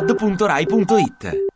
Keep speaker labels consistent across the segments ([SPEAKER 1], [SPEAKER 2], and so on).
[SPEAKER 1] radio2pod.rai.it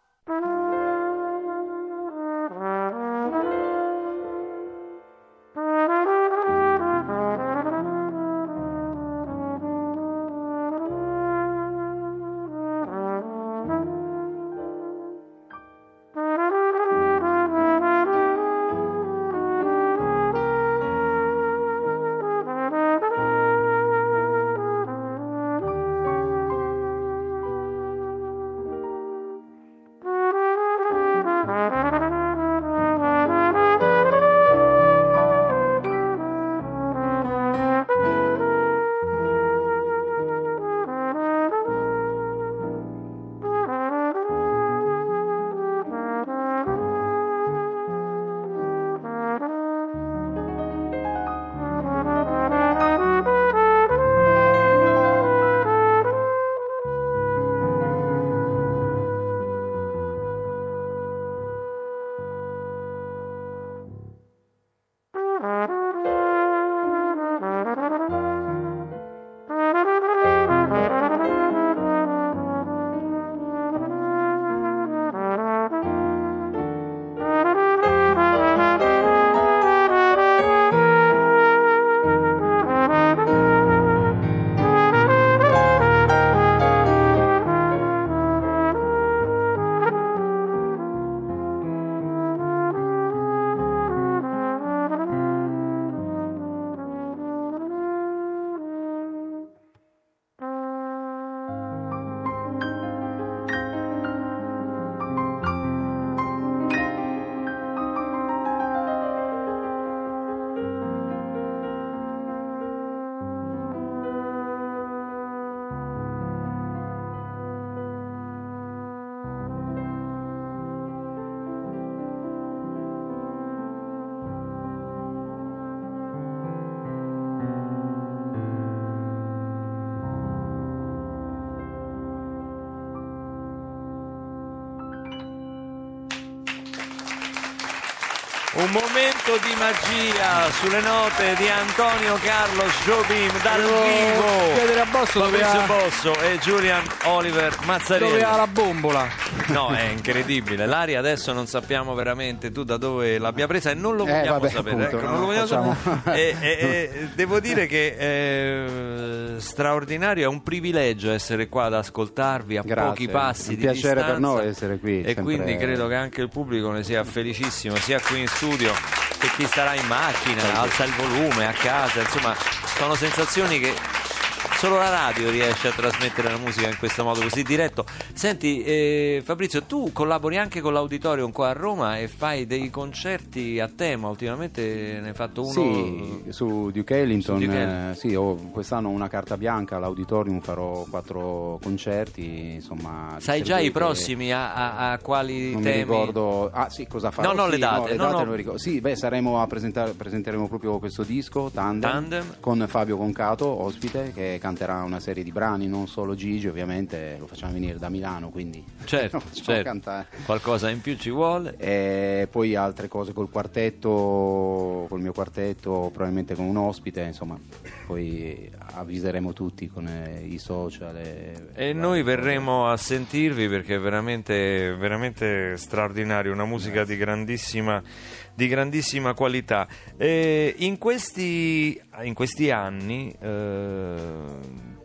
[SPEAKER 2] Un momento di magia sulle note di Antonio Carlos Jobim dal
[SPEAKER 3] Devo
[SPEAKER 2] vivo.
[SPEAKER 3] chiedere a Bosso dove
[SPEAKER 2] Fabrizio
[SPEAKER 3] ha-
[SPEAKER 2] Bosso e Julian Oliver Mazzarini.
[SPEAKER 3] Dove ha la bombola?
[SPEAKER 2] No, è incredibile. L'aria adesso non sappiamo veramente tu da dove l'abbia presa e non lo
[SPEAKER 4] Eh,
[SPEAKER 2] vogliamo
[SPEAKER 4] vabbè,
[SPEAKER 2] sapere.
[SPEAKER 4] appunto,
[SPEAKER 2] ecco,
[SPEAKER 4] no,
[SPEAKER 2] non lo vogliamo
[SPEAKER 4] facciamo-
[SPEAKER 2] sapere. E- e- e devo dire che eh, straordinario, è un privilegio essere qua ad ascoltarvi a
[SPEAKER 4] Grazie,
[SPEAKER 2] pochi passi.
[SPEAKER 4] è un
[SPEAKER 2] di
[SPEAKER 4] piacere per
[SPEAKER 2] distanza.
[SPEAKER 4] noi essere qui,
[SPEAKER 2] E
[SPEAKER 4] sempre-
[SPEAKER 2] quindi credo che anche il pubblico ne sia felicissimo, sia qui in studio che chi starà in macchina, alza il volume a casa. Insomma, sono sensazioni che Solo la radio riesce a trasmettere la musica in questo modo così diretto. Senti, eh, Fabrizio, tu collabori anche con l'Auditorium qua a Roma e fai dei concerti a tema. Ultimamente ne hai fatto uno.
[SPEAKER 4] Sì, su Duke Ellington,
[SPEAKER 2] Duke
[SPEAKER 4] eh,
[SPEAKER 2] Ellington.
[SPEAKER 4] sì, ho quest'anno una carta bianca all'auditorium, farò quattro concerti, insomma...
[SPEAKER 2] Sai già i
[SPEAKER 4] distribuiti.
[SPEAKER 2] prossimi a, a- a quali
[SPEAKER 4] Non
[SPEAKER 2] temi?
[SPEAKER 4] mi ricordo... Ah sì, cosa
[SPEAKER 2] No,
[SPEAKER 4] farò?
[SPEAKER 2] no,
[SPEAKER 4] Sì,
[SPEAKER 2] le date, no, no.
[SPEAKER 4] non ricordo. Sì, beh, saremo a presentare, presenteremo proprio questo disco, Tandem,
[SPEAKER 2] Tandem.
[SPEAKER 4] con Fabio Concato, ospite, che canterà una serie di brani, non solo Gigi, ovviamente lo facciamo venire da Milano, quindi...
[SPEAKER 2] Certo,
[SPEAKER 4] lo facciamo
[SPEAKER 2] certo.
[SPEAKER 4] cantare.
[SPEAKER 2] qualcosa in più ci vuole.
[SPEAKER 4] E poi altre cose col quartetto, col mio quartetto, probabilmente con un ospite, insomma, poi avviseremo tutti con eh, i social. E,
[SPEAKER 2] E noi verremo a sentirvi perché è veramente, veramente straordinario, una musica di grandissima, di grandissima qualità. E in, questi, in questi anni, eh,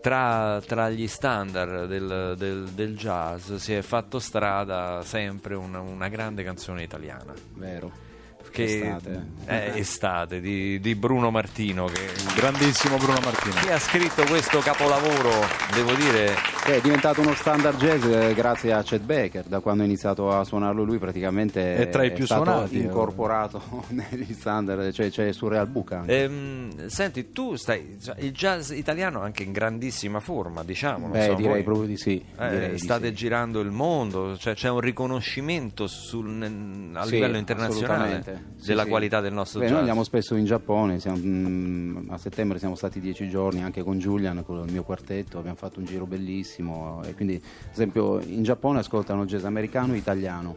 [SPEAKER 2] tra, tra gli standard del, del- del jazz, si è fatto strada sempre una, una grande canzone italiana.
[SPEAKER 4] Vero.
[SPEAKER 2] Che Eh.
[SPEAKER 4] Estate.
[SPEAKER 2] è Estate di, di Bruno Martino che,
[SPEAKER 3] Grandissimo Bruno Martino.
[SPEAKER 2] che ha scritto questo capolavoro, devo dire.
[SPEAKER 4] Che è diventato uno standard jazz eh, grazie a Chet Baker, da quando ha iniziato a suonarlo lui praticamente
[SPEAKER 3] È tra i più
[SPEAKER 4] stato
[SPEAKER 3] suonati, eh.
[SPEAKER 4] incorporato negli standard, cioè, cioè su Real Book
[SPEAKER 3] Eh,
[SPEAKER 4] anche.
[SPEAKER 2] Ehm, senti, tu stai. cioè, Il jazz italiano è anche in grandissima forma, diciamo. non
[SPEAKER 4] Beh,
[SPEAKER 2] so,
[SPEAKER 4] direi
[SPEAKER 2] voi,
[SPEAKER 4] proprio di sì.
[SPEAKER 2] eh,
[SPEAKER 4] direi di
[SPEAKER 2] state
[SPEAKER 4] sì.
[SPEAKER 2] girando il mondo, cioè c'è un riconoscimento sul- n- a
[SPEAKER 4] Sì,
[SPEAKER 2] livello internazionale
[SPEAKER 4] assolutamente. Sì,
[SPEAKER 2] della
[SPEAKER 4] sì.
[SPEAKER 2] qualità del nostro
[SPEAKER 4] Beh,
[SPEAKER 2] jazz.
[SPEAKER 4] Noi andiamo spesso in Giappone, siamo, mm, a settembre siamo stati dieci giorni anche con Julian, con il mio quartetto, abbiamo fatto un giro bellissimo e quindi ad esempio in Giappone ascoltano jazz americano e italiano,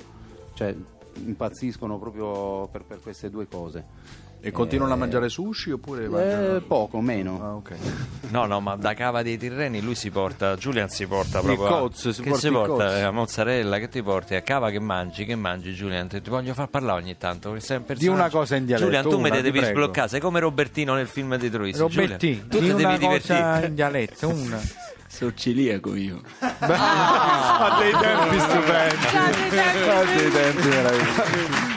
[SPEAKER 4] cioè impazziscono proprio per, per queste due cose.
[SPEAKER 3] E continuano a mangiare sushi oppure mangiano-
[SPEAKER 4] Eh, poco, meno.
[SPEAKER 3] Ah, ok.
[SPEAKER 2] No, no, ma da Cava dei Tirreni lui si porta, Julian si porta
[SPEAKER 3] Il
[SPEAKER 2] proprio. a-
[SPEAKER 3] cozzo, si
[SPEAKER 2] che
[SPEAKER 3] porta
[SPEAKER 2] si
[SPEAKER 3] il
[SPEAKER 2] porta?
[SPEAKER 3] cozzo.
[SPEAKER 2] La mozzarella che ti porti a Cava che mangi, che mangi Julian? Ti ti voglio far parlare ogni tanto. perché sei un personaggio-
[SPEAKER 1] una cosa in dialetto,
[SPEAKER 2] Julian, tu me
[SPEAKER 1] una,
[SPEAKER 2] ne
[SPEAKER 1] ti
[SPEAKER 2] devi
[SPEAKER 1] prego.
[SPEAKER 2] sbloccare, sei come Robertino nel film di Troisi.
[SPEAKER 1] Roberti,
[SPEAKER 2] Julian, tu
[SPEAKER 1] di
[SPEAKER 2] ti devi
[SPEAKER 1] una cosa
[SPEAKER 2] divertire.
[SPEAKER 1] in dialetto, una.
[SPEAKER 5] Sono celiaco io.
[SPEAKER 1] Ha dei tempi stupendi. Ha dei tempi meravigliosi.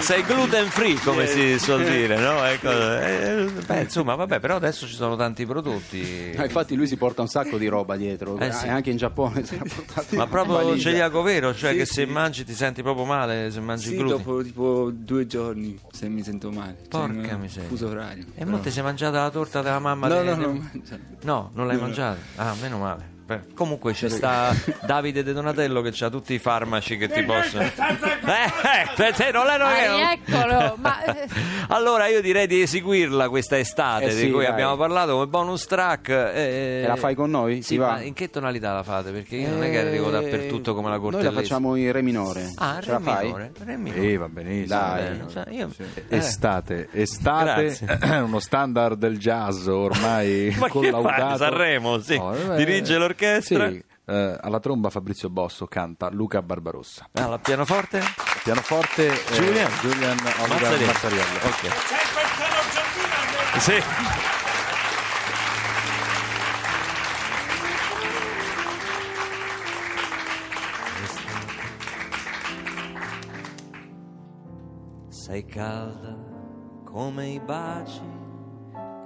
[SPEAKER 2] Sei gluten free, come si suol dire, no? Ecco, eh, beh, insomma, vabbè, però adesso ci sono tanti prodotti.
[SPEAKER 4] Ah, infatti lui si porta un sacco di roba dietro,
[SPEAKER 2] Eh, sì.
[SPEAKER 4] e anche in Giappone si è portato
[SPEAKER 2] Ma
[SPEAKER 4] una
[SPEAKER 2] proprio
[SPEAKER 4] valigia.
[SPEAKER 2] celiaco vero, cioè
[SPEAKER 5] Sì,
[SPEAKER 2] che se
[SPEAKER 5] sì.
[SPEAKER 2] mangi ti senti proprio male, se mangi
[SPEAKER 5] Sì,
[SPEAKER 2] gluten.
[SPEAKER 5] dopo tipo due giorni se mi sento male. Cioè,
[SPEAKER 2] Porca
[SPEAKER 5] non-
[SPEAKER 2] miseria.
[SPEAKER 5] Fuso orario. Cioè,
[SPEAKER 2] E mo ti sei mangiata la torta della mamma
[SPEAKER 5] No,
[SPEAKER 2] di-
[SPEAKER 5] no,
[SPEAKER 2] di-
[SPEAKER 5] non mangio.
[SPEAKER 2] No, non l'hai mangiata. Ah, meno male. Beh, comunque c'è sta Davide De Donatello che ha tutti i farmaci che ti possono. Eh, eh, te- te- non è non è-
[SPEAKER 6] Ah, eccolo, ma eh,
[SPEAKER 2] Allora io direi di eseguirla questa estate
[SPEAKER 4] Eh
[SPEAKER 2] di
[SPEAKER 4] sì,
[SPEAKER 2] cui
[SPEAKER 4] dai.
[SPEAKER 2] abbiamo parlato come bonus track. eh,
[SPEAKER 4] E la fai con noi?
[SPEAKER 2] Sì,
[SPEAKER 4] Ti va?
[SPEAKER 2] ma in che tonalità la fate? Perché io non è che
[SPEAKER 4] Eh,
[SPEAKER 2] arrivo dappertutto come la cortellesi.
[SPEAKER 4] Noi la facciamo in re minore.
[SPEAKER 2] Ah,
[SPEAKER 4] Ce
[SPEAKER 2] re
[SPEAKER 4] la fai? Eh,
[SPEAKER 2] minore, re minore.
[SPEAKER 3] Sì, Eh, va benissimo.
[SPEAKER 4] Dai.
[SPEAKER 3] Bene.
[SPEAKER 2] Eh, cioè, io- eh.
[SPEAKER 3] Estate, estate, uno standard del jazz ormai
[SPEAKER 2] Ma che
[SPEAKER 3] collaudato.
[SPEAKER 2] fai? Sanremo, sì.
[SPEAKER 4] Oh,
[SPEAKER 3] vabbè.
[SPEAKER 2] Dirige l'orchestra.
[SPEAKER 3] Sì, eh, alla tromba Fabrizio Bosso canta Luca Barbarossa.
[SPEAKER 2] Ah, la pianoforte?
[SPEAKER 3] Pianoforte eh,
[SPEAKER 2] Julian?
[SPEAKER 3] Julian Oliver
[SPEAKER 2] Mazzarelli.
[SPEAKER 3] Mazzariello.
[SPEAKER 2] Ok. Sì. Sei calda come i baci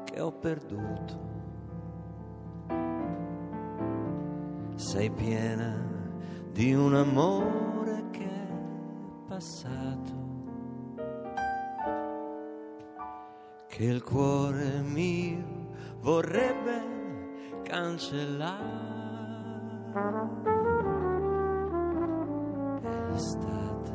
[SPEAKER 2] che ho perduto. Sei piena di un amore che è passato. che il cuore mio vorrebbe cancellare. È Estate,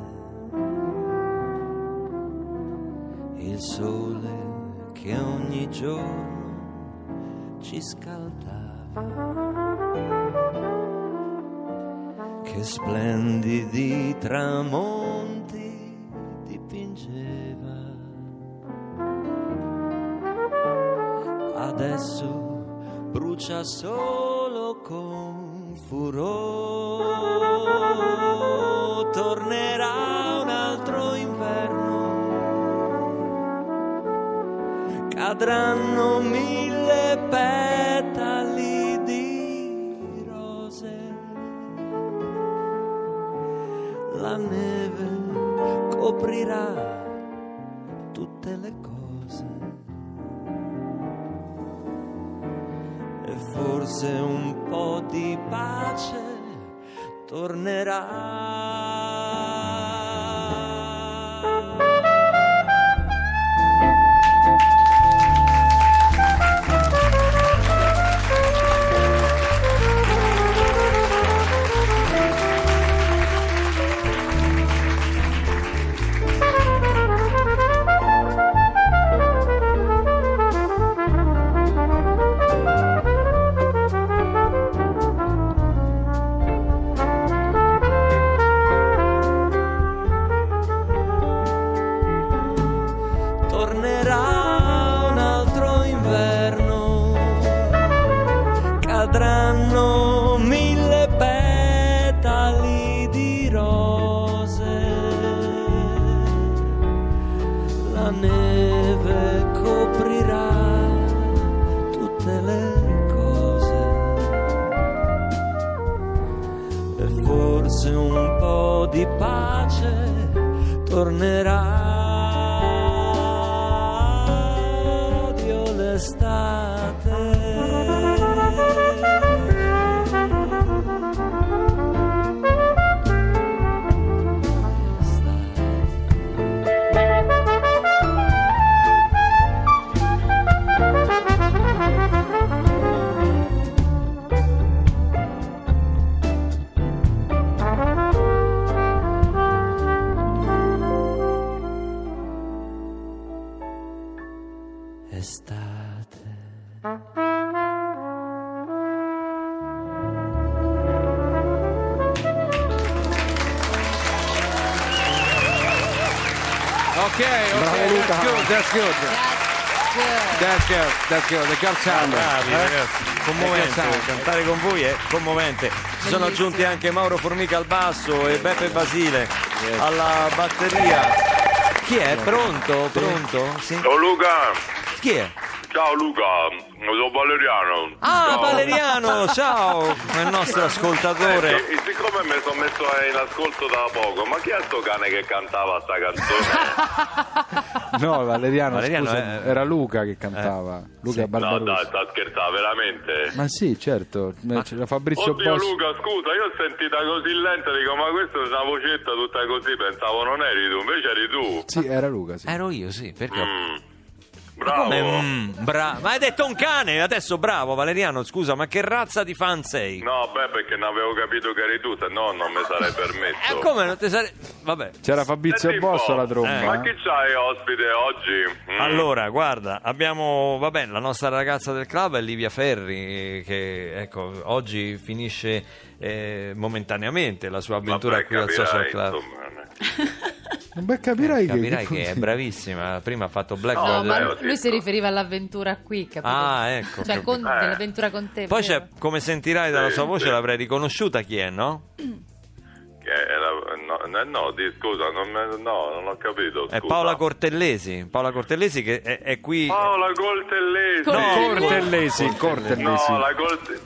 [SPEAKER 2] il sole che ogni giorno ci scaldava. Che splendidi tramonti dipingeva adesso brucia solo con furore. Tornerà un altro inverno, cadranno mille petali di rose. La neve coprirà tutte le cose. e forse un po' di pace tornerà. tornerà un altro inverno, cadranno mille petali di rose, la neve coprirà tutte le cose e forse un po' di pace tornerà. Odio l'estate. Estate. Ok,
[SPEAKER 1] ok, ok, that's good, that's good. That's good, that's good, the Girl Sound.
[SPEAKER 2] Bravi ragazzi, commovente,
[SPEAKER 1] Piazzale.
[SPEAKER 2] cantare con voi è commovente. Si sono
[SPEAKER 6] Bellissimo.
[SPEAKER 2] aggiunti anche Mauro Formica al basso e Beppe Basile alla batteria. Chi è? Pronto? Pronto? Sì?
[SPEAKER 7] Ciao Luca,
[SPEAKER 2] Chi è?
[SPEAKER 7] ciao Luca, sono Valeriano.
[SPEAKER 2] Ah,
[SPEAKER 7] Ciao.
[SPEAKER 2] Valeriano, ciao! È il nostro ascoltatore.
[SPEAKER 7] E siccome mi sono messo in ascolto da poco, ma chi è sto cane che cantava sta canzone?
[SPEAKER 3] No, Valeriano,
[SPEAKER 2] Valeriano,
[SPEAKER 3] scusa,
[SPEAKER 2] eh.
[SPEAKER 3] era Luca che cantava. Luca
[SPEAKER 7] Eh. No, dai,
[SPEAKER 3] Barbarossa.
[SPEAKER 7] sta scherzando, veramente.
[SPEAKER 3] Ma sì, certo, c'era Fabrizio
[SPEAKER 7] Oddio
[SPEAKER 3] Bossi.
[SPEAKER 7] Luca, scusa, io ho sentita così lenta, dico, ma questa è una vocetta tutta così, pensavo non eri tu, invece eri tu.
[SPEAKER 3] Sì, era Luca,
[SPEAKER 7] Eh.
[SPEAKER 3] sì.
[SPEAKER 2] Ero io, sì, perché... ho-
[SPEAKER 7] Mm.
[SPEAKER 2] Come,
[SPEAKER 7] Bravo.
[SPEAKER 2] mm, bra- ma hai detto un cane, adesso bravo Valeriano, scusa, ma che razza di fan sei?
[SPEAKER 7] No, beh, perché non avevo capito che eri tu, se no non mi sarei permesso.
[SPEAKER 2] Eh, come non ti sarei... Vabbè.
[SPEAKER 3] C'era
[SPEAKER 7] Senti
[SPEAKER 3] Fabrizio
[SPEAKER 7] un
[SPEAKER 3] Bosso
[SPEAKER 7] po',
[SPEAKER 3] alla
[SPEAKER 7] Eh, Ma
[SPEAKER 3] tromba. eh.
[SPEAKER 7] chi c'hai ospite oggi? Mm.
[SPEAKER 2] Allora, guarda, abbiamo, va bene, la nostra ragazza del club è Livia Ferri, che ecco, oggi finisce eh, momentaneamente la sua avventura
[SPEAKER 7] Vabbè,
[SPEAKER 2] qui al
[SPEAKER 7] capirai,
[SPEAKER 2] Social Club. Eh,
[SPEAKER 7] insomma.
[SPEAKER 3] Beh, Eh, capirai,
[SPEAKER 2] Capirai che, è
[SPEAKER 3] continui.
[SPEAKER 2] bravissima, prima ha fatto Black
[SPEAKER 7] No,
[SPEAKER 2] Gold.
[SPEAKER 7] ma-
[SPEAKER 6] lui, lui si riferiva all'avventura qui, capito?
[SPEAKER 2] Ah, ecco,
[SPEAKER 6] Cioè,
[SPEAKER 2] capito.
[SPEAKER 6] con,
[SPEAKER 7] Eh.
[SPEAKER 6] dell'avventura con te.
[SPEAKER 2] Poi
[SPEAKER 6] vero?
[SPEAKER 2] c'è, come sentirai dalla
[SPEAKER 7] Sì,
[SPEAKER 2] sua voce,
[SPEAKER 7] sì.
[SPEAKER 2] l'avrei riconosciuta chi è, no?
[SPEAKER 7] Che era- no, no, no, di- scusa, non, me- no, non ho capito.
[SPEAKER 2] È
[SPEAKER 7] scusa.
[SPEAKER 2] Paola Cortellesi, Paola Cortellesi che è, è qui...
[SPEAKER 7] Paola Coltellesi.
[SPEAKER 6] No,
[SPEAKER 3] Cortellesi, Cortellesi.
[SPEAKER 7] No, la Colt-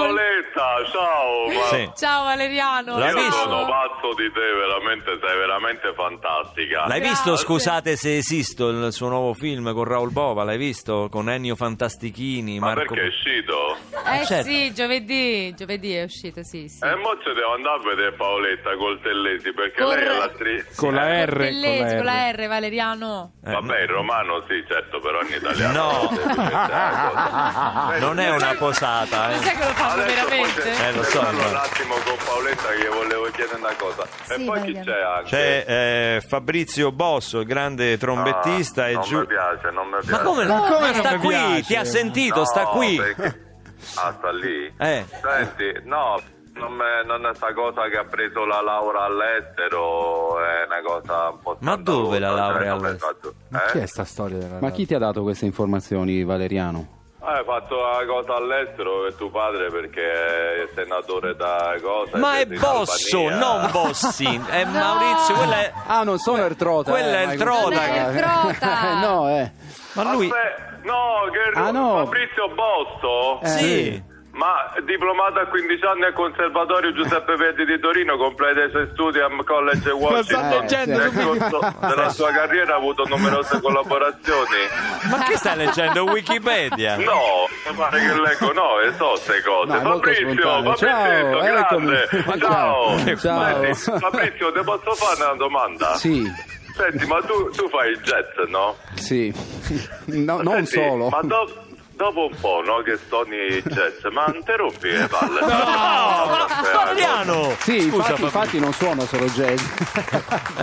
[SPEAKER 7] Paoletta, ciao. Ma...
[SPEAKER 2] Sì.
[SPEAKER 6] Ciao Valeriano.
[SPEAKER 2] L'hai
[SPEAKER 7] Io
[SPEAKER 6] ciao. Eh,
[SPEAKER 2] visto?
[SPEAKER 7] sono pazzo di te, veramente, sei veramente fantastica.
[SPEAKER 2] L'hai
[SPEAKER 6] Grazie.
[SPEAKER 2] visto, scusate se esisto, il suo nuovo film con Raul Bova, l'hai visto? Con Ennio Fantastichini,
[SPEAKER 7] Ma
[SPEAKER 2] Marco...
[SPEAKER 7] perché è uscito?
[SPEAKER 6] Eh
[SPEAKER 2] Certo.
[SPEAKER 6] sì, giovedì, giovedì è uscito, sì, sì.
[SPEAKER 7] E Eh, mo ci devo andare a vedere Paoletta Coltellesi perché
[SPEAKER 6] Corre-
[SPEAKER 7] lei è l'attrice.
[SPEAKER 3] Con la
[SPEAKER 6] Eh,
[SPEAKER 3] R,
[SPEAKER 6] Bellesi,
[SPEAKER 3] con la R.
[SPEAKER 6] Valeriano.
[SPEAKER 2] Eh,
[SPEAKER 7] Vabbè, il romano sì, certo, però in italiano.
[SPEAKER 2] No.
[SPEAKER 7] eh,
[SPEAKER 2] Non è una posata,
[SPEAKER 6] Lo
[SPEAKER 2] eh.
[SPEAKER 6] sai che lo fanno
[SPEAKER 7] Adesso poi
[SPEAKER 6] veramente?
[SPEAKER 7] se-
[SPEAKER 2] Eh, lo
[SPEAKER 7] se
[SPEAKER 2] so,
[SPEAKER 7] parlo un
[SPEAKER 2] ma-
[SPEAKER 7] attimo con Paoletta che volevo chiedere una cosa.
[SPEAKER 8] Sì,
[SPEAKER 7] e poi chi
[SPEAKER 8] Damiano.
[SPEAKER 7] c'è anche?
[SPEAKER 2] C'è eh, Fabrizio Bosso, il grande trombettista
[SPEAKER 7] Ah,
[SPEAKER 2] e
[SPEAKER 7] non
[SPEAKER 2] giù.
[SPEAKER 7] mi piace, non mi piace.
[SPEAKER 2] Ma come,
[SPEAKER 3] Ma come non
[SPEAKER 2] sta
[SPEAKER 3] mi
[SPEAKER 2] qui,
[SPEAKER 3] piace?
[SPEAKER 2] ti ha sentito,
[SPEAKER 7] No,
[SPEAKER 2] sta qui.
[SPEAKER 7] perché- Ah, sta lì?
[SPEAKER 2] Eh.
[SPEAKER 7] Senti, no, non, me- non è sta cosa che ha preso la laurea all'estero, è una cosa un po'
[SPEAKER 2] Ma
[SPEAKER 7] scandalosa,
[SPEAKER 2] dove la
[SPEAKER 7] cioè,
[SPEAKER 2] laurea
[SPEAKER 7] non me
[SPEAKER 2] all'estero?
[SPEAKER 7] faccio-
[SPEAKER 3] Ma
[SPEAKER 7] eh?
[SPEAKER 3] chi è sta storia della
[SPEAKER 4] Ma chi ti ha dato queste informazioni, Valeriano?
[SPEAKER 7] Ah, Hai fatto la cosa all'estero per tuo padre perché è senatore da cosa?
[SPEAKER 2] Ma è
[SPEAKER 7] e in
[SPEAKER 2] Bosso,
[SPEAKER 7] Albania.
[SPEAKER 2] non Bossi. È Maurizio, quella è...
[SPEAKER 4] Ah, non sono il trota.
[SPEAKER 2] Quello è il
[SPEAKER 4] ma-
[SPEAKER 2] trota.
[SPEAKER 6] Non è il trota.
[SPEAKER 4] no, eh.
[SPEAKER 2] Ma lui...
[SPEAKER 7] Aspetta, no, che
[SPEAKER 4] Ah, no. Eh.
[SPEAKER 7] Fabrizio Bosso?
[SPEAKER 2] Sì.
[SPEAKER 7] Ma diplomata a 15 anni al Conservatorio Giuseppe Verdi di Torino, completa i suoi studi al College Washington.
[SPEAKER 4] sto leggendo,
[SPEAKER 7] Nel corso della sua carriera ha avuto numerose collaborazioni.
[SPEAKER 2] Ma che stai leggendo? Wikipedia?
[SPEAKER 7] No, mi pare che leggo, no, e so queste cose.
[SPEAKER 4] No, è molto
[SPEAKER 7] Fabrizio,
[SPEAKER 4] spontaneo.
[SPEAKER 7] Fabrizio,
[SPEAKER 4] Ciao,
[SPEAKER 7] grande.
[SPEAKER 4] eccomi.
[SPEAKER 7] Ciao.
[SPEAKER 4] Ciao. Ciao.
[SPEAKER 7] Senti, Fabrizio, ti posso fare una domanda?
[SPEAKER 4] Sì,
[SPEAKER 7] Senti, ma tu, tu fai il jazz, no?
[SPEAKER 4] sì. No,
[SPEAKER 7] Ma
[SPEAKER 4] non
[SPEAKER 7] senti,
[SPEAKER 4] solo.
[SPEAKER 7] Ma do- dopo un po', no, che stoni il jazz, ma non te rompi le palle. No,
[SPEAKER 2] Ma Valeriano!
[SPEAKER 4] Sì,
[SPEAKER 2] Scusa,
[SPEAKER 4] infatti,
[SPEAKER 2] Fabrizio.
[SPEAKER 4] infatti non suono solo jazz.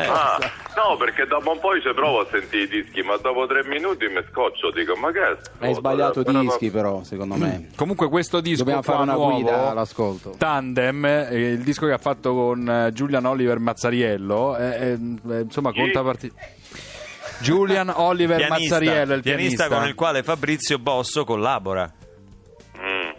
[SPEAKER 7] Ah, no, perché dopo un po' io ci provo a sentire i dischi, ma dopo tre minuti mi scoccio, dico, ma che è? sto-
[SPEAKER 4] Hai sbagliato
[SPEAKER 7] Però-
[SPEAKER 4] dischi, però, secondo me. Mm.
[SPEAKER 3] Comunque questo disco
[SPEAKER 4] Dobbiamo
[SPEAKER 3] qua
[SPEAKER 4] fare una
[SPEAKER 3] nuovo,
[SPEAKER 4] guida all'ascolto.
[SPEAKER 3] Tandem, eh, il disco che ha fatto con eh, Julian Oliver Mazzariello, eh, eh, eh, insomma conta partita. Julian Oliver
[SPEAKER 2] Pianista,
[SPEAKER 3] Mazzariello, il
[SPEAKER 2] pianista con il quale Fabrizio Bosso collabora.
[SPEAKER 7] Mm.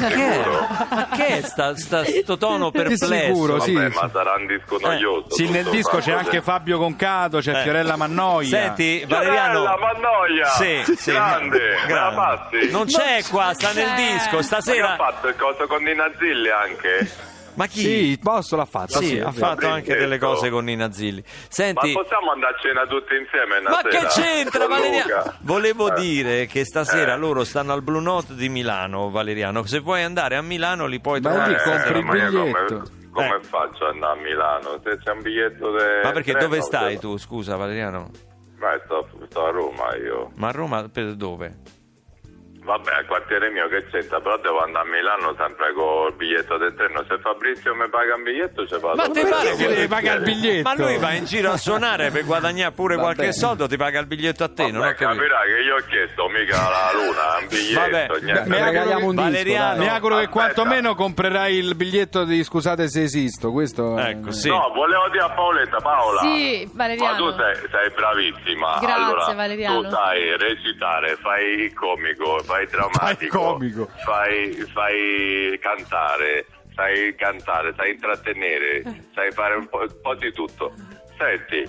[SPEAKER 2] Ma che è? Ma che è sta, sta- sto tono perplesso?
[SPEAKER 3] sicuro, sì.
[SPEAKER 7] Vabbè, ma sarà un disco noioso.
[SPEAKER 3] Sì, nel
[SPEAKER 7] tutto
[SPEAKER 3] disco c'è
[SPEAKER 7] fatto,
[SPEAKER 3] anche
[SPEAKER 7] cioè.
[SPEAKER 3] Fabio Concato, c'è
[SPEAKER 2] Eh.
[SPEAKER 3] Fiorella Mannoia.
[SPEAKER 2] Senti, Valeriano...
[SPEAKER 7] Fiorella Mannoia!
[SPEAKER 2] Sì, sì,
[SPEAKER 7] Grande, me la
[SPEAKER 2] grande.
[SPEAKER 7] passi?
[SPEAKER 2] Non c'è qua, sta nel
[SPEAKER 6] c'è.
[SPEAKER 2] disco,
[SPEAKER 7] Ma che ha
[SPEAKER 2] stasera...
[SPEAKER 7] fatto il coso con Nina Zilli anche?
[SPEAKER 2] Ma chi? Ah,
[SPEAKER 3] Sì, Bosso l'ha fatto.
[SPEAKER 2] Sì, ha fatto
[SPEAKER 7] Fabrizio.
[SPEAKER 2] anche delle cose con Nina Zilli.
[SPEAKER 7] Ma
[SPEAKER 2] Senti,
[SPEAKER 7] possiamo andare a cena tutti insieme una
[SPEAKER 2] ma
[SPEAKER 7] sera?
[SPEAKER 2] che c'entra
[SPEAKER 7] Con
[SPEAKER 2] Valeriano?
[SPEAKER 7] Luca?
[SPEAKER 2] Volevo
[SPEAKER 7] Eh.
[SPEAKER 2] dire che stasera
[SPEAKER 7] Eh.
[SPEAKER 2] loro stanno al Blue Note di Milano, Valeriano. Se vuoi andare a Milano li puoi
[SPEAKER 3] Ma
[SPEAKER 4] Eh,
[SPEAKER 2] trovare.
[SPEAKER 3] lì
[SPEAKER 2] stasera.
[SPEAKER 3] compri il
[SPEAKER 7] Eh, ma io
[SPEAKER 3] biglietto.
[SPEAKER 7] Come, come faccio ad andare a Milano? Se c'è un biglietto de-
[SPEAKER 2] Ma perché
[SPEAKER 7] treno,
[SPEAKER 2] dove stai
[SPEAKER 7] se-
[SPEAKER 2] tu, scusa Valeriano?
[SPEAKER 7] Beh, sto, sto a Roma io.
[SPEAKER 2] Ma a Roma per dove?
[SPEAKER 7] Vabbè, al quartiere mio che c'entra, però devo andare a Milano sempre col biglietto del treno. Se Fabrizio mi paga un biglietto, ce vado.
[SPEAKER 2] Ma te
[SPEAKER 7] Perché
[SPEAKER 2] pare che
[SPEAKER 7] vuoi
[SPEAKER 2] devi
[SPEAKER 9] pagare il
[SPEAKER 7] dire?
[SPEAKER 9] biglietto?
[SPEAKER 2] Ma lui va in giro a suonare per guadagnare pure
[SPEAKER 10] Vabbè.
[SPEAKER 2] qualche soldo, ti paga il biglietto a te, non ho
[SPEAKER 7] Vabbè,
[SPEAKER 2] capito.
[SPEAKER 7] capirai che io ho chiesto mica la luna, un
[SPEAKER 2] Vabbè,
[SPEAKER 7] biglietto, niente.
[SPEAKER 9] mi regaliamo
[SPEAKER 11] un disco,
[SPEAKER 2] Valeriano,
[SPEAKER 9] Mi
[SPEAKER 11] No,
[SPEAKER 9] auguro che
[SPEAKER 7] aspetta.
[SPEAKER 9] quantomeno comprerai il biglietto di scusate se esisto. Questo è-
[SPEAKER 2] ecco, sì.
[SPEAKER 7] No, volevo dire a Paoletta, Paola.
[SPEAKER 6] Sì,
[SPEAKER 7] Ma
[SPEAKER 6] Valeriano.
[SPEAKER 7] tu sei, sei bravissima.
[SPEAKER 6] Grazie,
[SPEAKER 7] allora,
[SPEAKER 6] Valeriano.
[SPEAKER 7] Tu sai recitare, fai il comico, fai il drammatico,
[SPEAKER 9] Fai il comico.
[SPEAKER 7] fai, fai cantare, sai cantare, sai intrattenere, sai fare un po', un po' di tutto. Senti,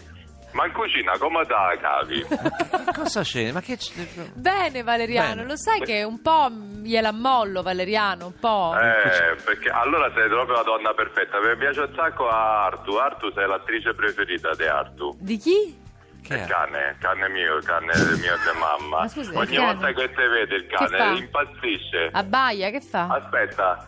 [SPEAKER 7] ma in cucina come te la cavi?
[SPEAKER 2] Che cosa c'è? Ma che c'è?
[SPEAKER 6] Bene Valeriano,
[SPEAKER 2] Eh. Bene.
[SPEAKER 6] lo sai che un po' gliel'ammollo Valeriano, un po'.
[SPEAKER 7] Eh, perché allora sei proprio la donna perfetta. Mi piace un sacco a Artu. Artu sei l'attrice preferita di Artu.
[SPEAKER 6] Di chi?
[SPEAKER 2] Che
[SPEAKER 7] Il
[SPEAKER 2] è?
[SPEAKER 7] cane, il cane mio, il cane del mio e di mamma.
[SPEAKER 6] Ma scusa, il
[SPEAKER 7] Ogni
[SPEAKER 6] cane?
[SPEAKER 7] volta che te vede il
[SPEAKER 6] Che fa?
[SPEAKER 7] cane impazzisce.
[SPEAKER 6] Abbaia, che fa?
[SPEAKER 7] Aspetta.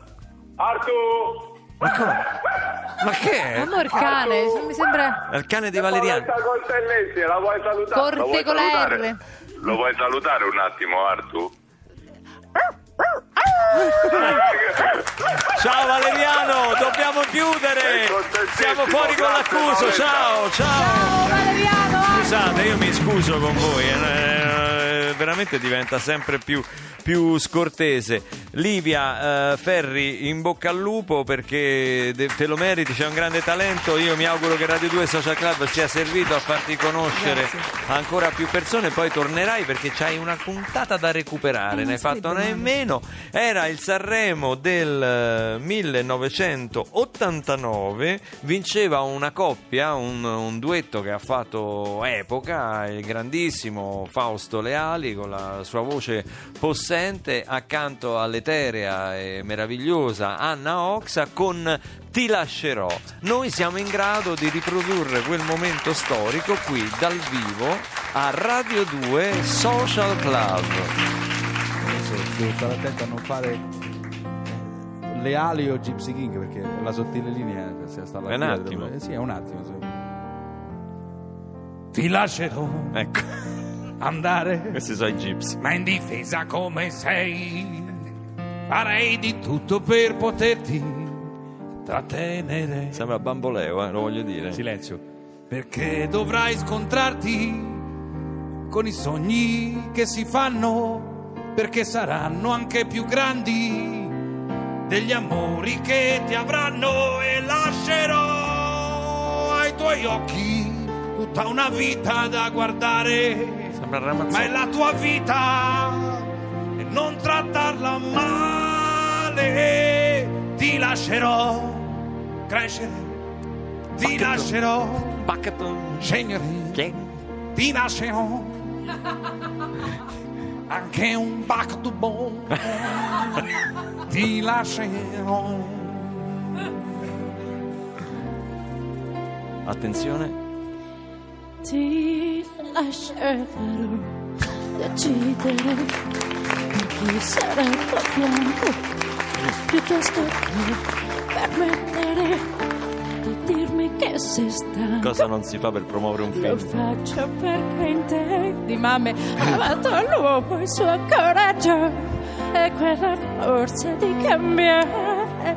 [SPEAKER 7] Artu!
[SPEAKER 2] Ma che è?
[SPEAKER 6] Amor cane, mi sembra...
[SPEAKER 2] È Il cane di Valeriano.
[SPEAKER 7] Porta Cortellesi, la vuoi salutare?
[SPEAKER 6] Corte
[SPEAKER 7] Lo vuoi
[SPEAKER 6] con la
[SPEAKER 7] salutare?
[SPEAKER 6] R.
[SPEAKER 7] Lo vuoi salutare un attimo, Artu?
[SPEAKER 2] Ciao Valeriano, dobbiamo chiudere.
[SPEAKER 7] È contentissimo,
[SPEAKER 2] Siamo fuori con
[SPEAKER 7] grazie,
[SPEAKER 2] l'accuso.
[SPEAKER 7] Paoletta.
[SPEAKER 2] Ciao, ciao.
[SPEAKER 6] Oh Valeriano! ah!
[SPEAKER 2] Scusate, io mi scuso con voi, eh, eh, veramente diventa sempre più, più scortese. Livia eh, Ferri, in bocca al lupo perché de- te lo meriti, c'è un grande talento. Io mi auguro che Radio 2 Social Club sia servito a farti conoscere ancora più persone. Poi tornerai perché c'hai una puntata da recuperare, ne hai fatto una in meno. Era il Sanremo del eh, 1989, vinceva una coppia, un, un duetto che ha fatto epoca, il grandissimo Fausto Leali con la sua voce possente accanto all'eterea e meravigliosa Anna Oxa con Ti lascerò. Noi siamo in grado di riprodurre quel momento storico qui dal vivo a Radio 2 Social Club.
[SPEAKER 4] devo stare attento a non fare le ali o Gypsy King perché la sottile linea sia stata
[SPEAKER 2] È un attimo.
[SPEAKER 4] Eh sì è un attimo sì.
[SPEAKER 3] Ti lascerò
[SPEAKER 2] Ecco,
[SPEAKER 3] andare,
[SPEAKER 2] questi sono i gypsy.
[SPEAKER 3] ma in difesa come sei, farei di tutto per poterti trattenere.
[SPEAKER 2] Sembra bamboleo, eh, lo voglio dire.
[SPEAKER 4] silenzio
[SPEAKER 3] Perché dovrai scontrarti con i sogni che si fanno, perché saranno anche più grandi degli amori che ti avranno e lascerò ai tuoi occhi tutta una vita da guardare.
[SPEAKER 2] Sembra
[SPEAKER 3] ma è la tua vita e non trattarla male. Ti lascerò crescere, ti lascerò scegliere, ti lascerò anche un back to bone. ti lascerò.
[SPEAKER 2] Attenzione.
[SPEAKER 12] Ti lascerò decidere per chi sarà al tuo fianco piuttosto che permettere di dirmi che sei stanco
[SPEAKER 2] Cosa non si fa per promuovere un
[SPEAKER 12] lo
[SPEAKER 2] film?
[SPEAKER 12] faccio perché in te di mamme amato l'uomo il suo coraggio e quella forza di cambiare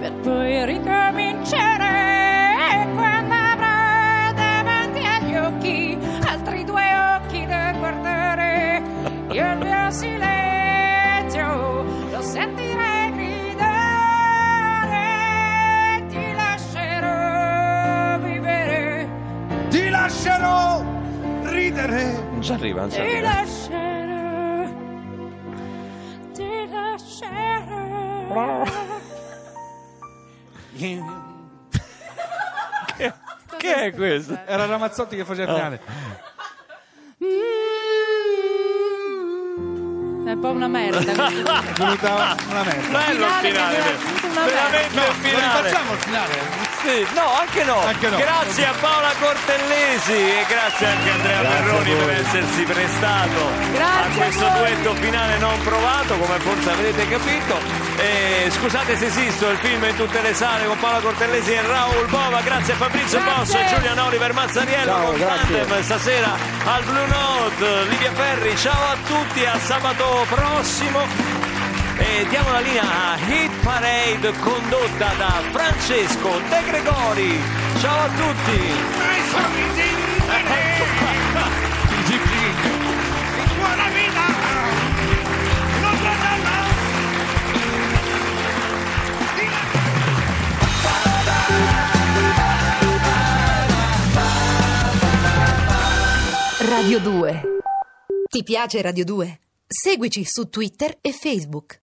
[SPEAKER 12] per poi ricominciare quando avrò davanti agli occhi altri due occhi da guardare io il mio silenzio lo sentirei gridare ti lascerò vivere
[SPEAKER 3] Ti lascerò ridere,
[SPEAKER 2] Non ci arriva, non ci
[SPEAKER 12] Ti
[SPEAKER 2] arriva.
[SPEAKER 12] lascerò, ti lascerò.
[SPEAKER 2] Che è questo?
[SPEAKER 4] era Ramazzotti che faceva il finale
[SPEAKER 6] È un po' una merda.
[SPEAKER 4] È venuta una merda
[SPEAKER 2] Bello il finale.
[SPEAKER 6] finale,
[SPEAKER 2] vero?
[SPEAKER 6] veramente una
[SPEAKER 2] Veramente
[SPEAKER 6] merda.
[SPEAKER 2] il finale.
[SPEAKER 13] rifacciamo il finale?
[SPEAKER 2] Sì, no, anche no.
[SPEAKER 13] Anche no.
[SPEAKER 2] Grazie a Paola Cortellesi e grazie anche a Andrea Perroni per essersi prestato a
[SPEAKER 6] Grazie a
[SPEAKER 2] questo
[SPEAKER 6] voi.
[SPEAKER 2] duetto finale non provato, come forse avrete capito. E scusate se esisto, il film è in tutte le sale con Paola Cortellesi e Raul Bova. Grazie a Fabrizio Bosso
[SPEAKER 6] Grazie.
[SPEAKER 2] e Giuliano Oliver Mazzariello
[SPEAKER 8] Ciao,
[SPEAKER 2] con
[SPEAKER 8] grazie.
[SPEAKER 2] Tandem stasera al Blue Note. Livia Ferri, ciao a tutti, a sabato prossimo. E diamo la linea a Hit Parade condotta da Francesco De Gregori. Ciao a tutti! Ecco qua.
[SPEAKER 14] Radio 2. Ti piace Radio 2? Seguici su Twitter e Facebook.